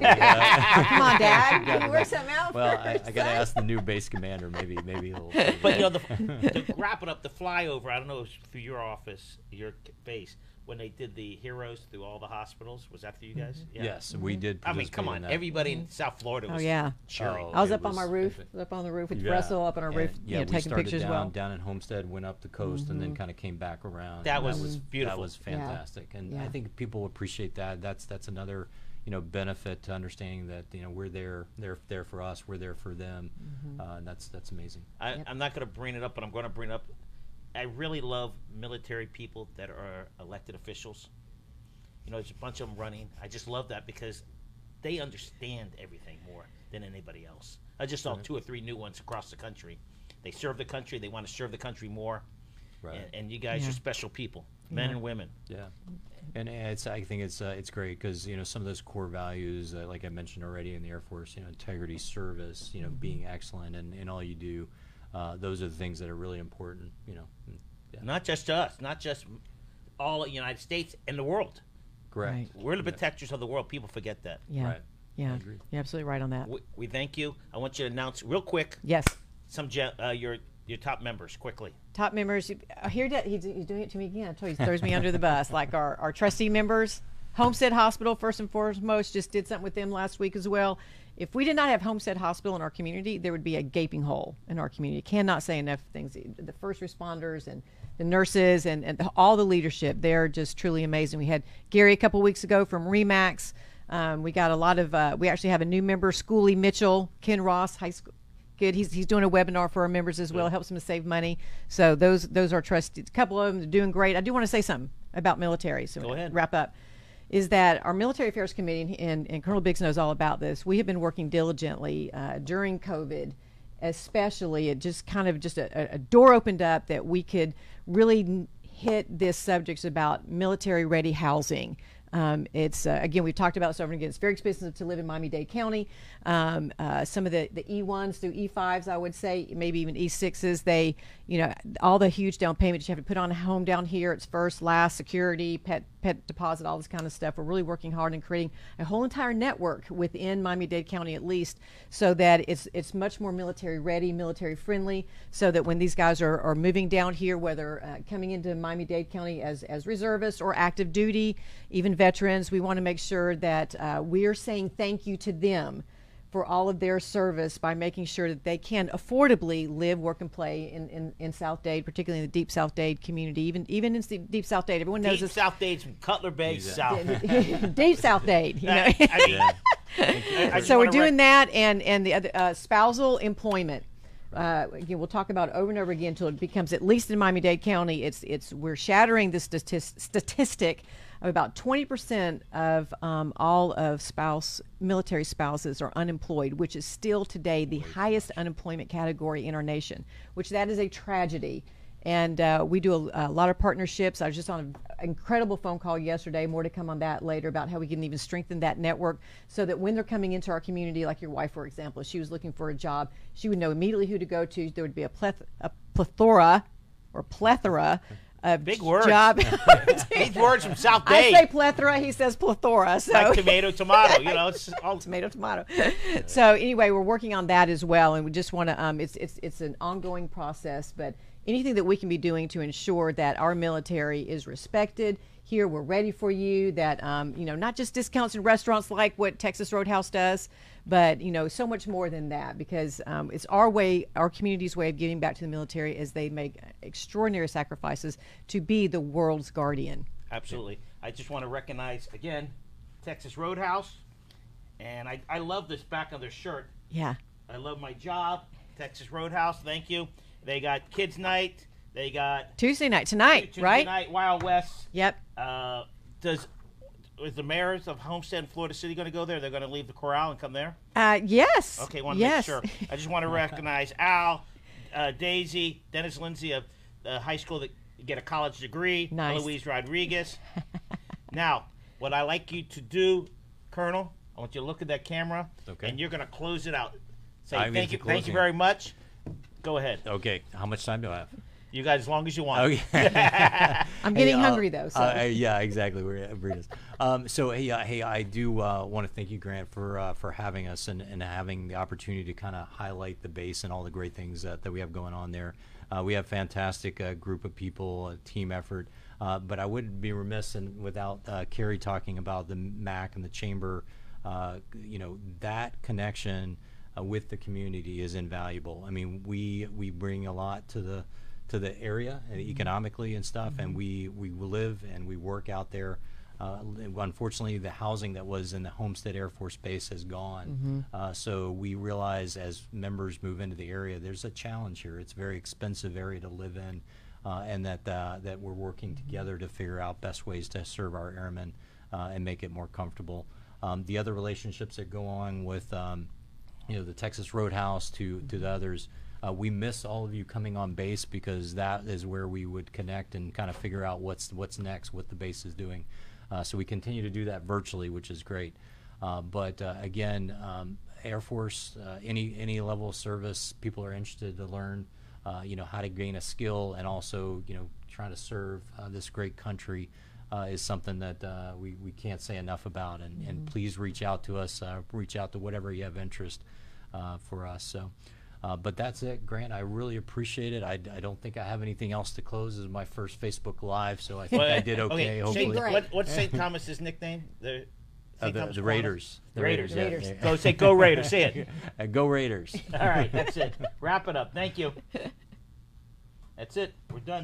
B: on, Dad. Can you wear something out
C: well, I,
B: first?
C: I got to ask the new base commander. Maybe, maybe he'll.
A: But you know, the, the wrapping up the flyover. I don't know if it's through your office, your c- base, when they did the heroes through all the hospitals. Was that through you guys? Yeah.
C: yes, we did.
A: I mean, come
C: participate
A: on,
C: in that.
A: everybody in South Florida
B: Mm-hmm. Oh,
A: was
B: yeah.
A: cheering.
C: Oh.
B: I was
C: It
B: up on my
C: was
B: roof,
C: epic.
B: up on the roof with
C: Yeah.
B: Russell up on our roof,
C: And,
B: you know,
C: we
B: taking
C: started
B: pictures
C: down,
B: well. Mm-hmm.
C: down in Homestead, went up the coast, and then kind of came back around.
A: That
C: and
A: was beautiful.
C: That was
B: Yeah.
C: fantastic, and I
B: Yeah.
C: think people appreciate that. That's that's another you know benefit to understanding that you know we're there, they're there for us, we're there for them,
B: Mm-hmm.
C: uh, and that's that's amazing.
A: I, I'm not going to bring it up, but I'm going to bring it up. I really love military people that are elected officials. You know, there's a bunch of them running. I just love that because they understand everything more than anybody else. I just saw two or three new ones across the country. They serve the country. They want to serve the country more.
C: Right.
A: And, and you guys
B: Yeah.
A: are special people, men and women.
C: Yeah, and it's I think it's uh, it's great because you know some of those core values, uh, like I mentioned already in the Air Force, you know integrity, service, you know being
B: Mm-hmm.
C: excellent in, in all you do, uh, those are the things that are really important. You know, Mm, yeah.
A: Not just us, not just all the United States and the world.
C: correct.
B: Right.
A: We're the protectors of the world. People forget that.
B: yeah.
C: Right.
B: Yeah,
C: agree.
B: you're absolutely right on that.
A: We, we thank you. I want you to announce real quick
B: Yes.
A: some gen- uh, your your top members quickly.
B: Top members, you- I hear that he's, he's doing it to me again. I told you, he throws me under the bus. Like our, our trustee members, Homestead Hospital, first and foremost, just did something with them last week as well. If we did not have Homestead Hospital in our community, there would be a gaping hole in our community. Cannot say enough things. The first responders and the nurses and, and all the leadership, they're just truly amazing. We had Gary a couple weeks ago from REMAX. Um, we got a lot of, uh, we actually have a new member, Schooley Mitchell, Ken Ross, high school good. He's he's doing a webinar for our members as well. Helps them to save money. So those those are trusted. A couple of them are doing great. I do want to say something about military. So
A: Go ahead.
B: wrap up. Is that our military affairs committee and, and Colonel Biggs knows all about this. We have been working diligently uh, during COVID, especially. It just kind of just a, a- a door opened up that we could really n- hit this subjects about military ready housing. Um, it's uh, again we've talked about this over and again. It's very expensive to live in Miami Dade County. Um, uh, some of the the E ones through E fives, I would say, maybe even E sixes. They, you know, all the huge down payments you have to put on a home down here. It's first, last, security, pet pet deposit, all this kind of stuff. We're really working hard in creating a whole entire network within Miami Dade County, at least, so that it's it's much more military ready, military friendly, so that when these guys are, are moving down here, whether uh, coming into Miami Dade County as, as reservists or active duty, even veterans, we want to make sure that uh, we're saying thank you to them for all of their service by making sure that they can affordably live, work, and play in, in, in South Dade, particularly in the deep South Dade community, even even in Steve- deep South Dade. Everyone knows
A: Deep
B: this.
A: South Dade's from Cutler Bay South.
B: deep South Dade. You know?
A: I- I mean, I- I just
B: so we're
A: wanna rec-
B: doing that and and the other uh, spousal employment uh, again we'll talk about it over and over again until it becomes at least in miami-dade county it's it's we're shattering the statis- statistic of about 20% of um, all of spouse military spouses are unemployed which is still today the highest unemployment category in our nation which that is a tragedy and uh, we do a, a lot of partnerships. I was just on an incredible phone call yesterday. More to come on that later about how we can even strengthen that network so that when they're coming into our community, like your wife, for example, if she was looking for a job, she would know immediately who to go to. There would be a, pleth- a plethora or plethora of
A: Big words.
B: job.
A: These words from South
B: I say
A: Dade.
B: plethora, he says plethora. So
A: Like tomato, tomato. You know, it's all
B: tomato tomato so anyway we're working on that as well and we just want to um, it's it's it's an ongoing process but anything that we can be doing to ensure that our military is respected here we're ready for you that um, you know not just discounts in restaurants like what texas roadhouse does but you know so much more than that because um, it's our way our community's way of giving back to the military as they make extraordinary sacrifices to be the world's guardian
A: Absolutely. I just want to recognize again Texas Roadhouse. And I, I love this back on their shirt.
B: yeah
A: I love my job. Texas Roadhouse, thank you. They got Kids Night. They got
B: tuesday night tonight
A: Tuesday
B: right
A: Night Wild West.
B: yep
A: Uh, does is the mayors of Homestead and Florida City going to go there? They're going to leave the corral and come there.
B: Uh, yes.
A: Okay, want to
B: yes.
A: make sure. I just want to recognize Al, uh, Daisy, Dennis Lindsay of uh, high school that get a college degree,
B: Nice.
A: Luis Rodriguez. now, what I like you to do, Colonel, I want you to look at that camera,
C: Okay.
A: and you're going to close it out. Say
C: I'm
A: thank
C: into
A: you, thank you
C: closing.
A: very much. Go ahead.
C: Okay, how much time do I have?
A: You guys, as long as you want.
C: Okay.
B: I'm getting
C: Hey, uh,
B: hungry though. So
C: uh, uh, yeah, exactly. We're at burritos. Um, so hey, uh, hey, I do uh, want to thank you, Grant, for uh, for having us and, and having the opportunity to kind of highlight the base and all the great things that, that we have going on there. Uh, we have fantastic uh, group of people, a team effort. Uh, but I would be remiss and without uh, Carrie talking about the MAC and the chamber. Uh, you know that connection uh, with the community is invaluable. I mean, we we bring a lot to the to the area uh, economically and stuff, and we we live and we work out there. Uh, l- unfortunately, the housing that was in the Homestead Air Force Base has gone. Uh, so we realize as members move into the area, there's a challenge here. It's a very expensive area to live in, uh, and that uh, that we're working together to figure out best ways to serve our airmen uh, and make it more comfortable. Um, the other relationships that go on with um, you know the Texas Roadhouse to to the others. Uh, we miss all of you coming on base because that is where we would connect and kind of figure out what's what's next, what the base is doing. Uh, so we continue to do that virtually, which is great. Uh, but uh, again, um, Air Force, uh, any any level of service, people are interested to learn, uh, you know, how to gain a skill and also you know trying to serve uh, this great country uh, is something that uh, we, we can't say enough about. And, and please reach out to us, uh, reach out to whatever you have interest uh, for us. So, uh, but that's it, Grant. I really appreciate it. I, I don't think I have anything else to close. This is my first Facebook Live, so I think I did okay.
A: Saint-
C: hopefully,
B: Great.
A: what, what's St. Thomas's nickname? The,
C: Uh,
A: St.
C: the,
A: Thomas Aquinas?
C: the Raiders.
A: The Raiders.
C: yeah,
B: Raiders.
C: yeah.
A: Go say, go Raiders. Say it.
C: Uh, go Raiders.
A: All right, that's it. Wrap it up. Thank you. That's it. We're done.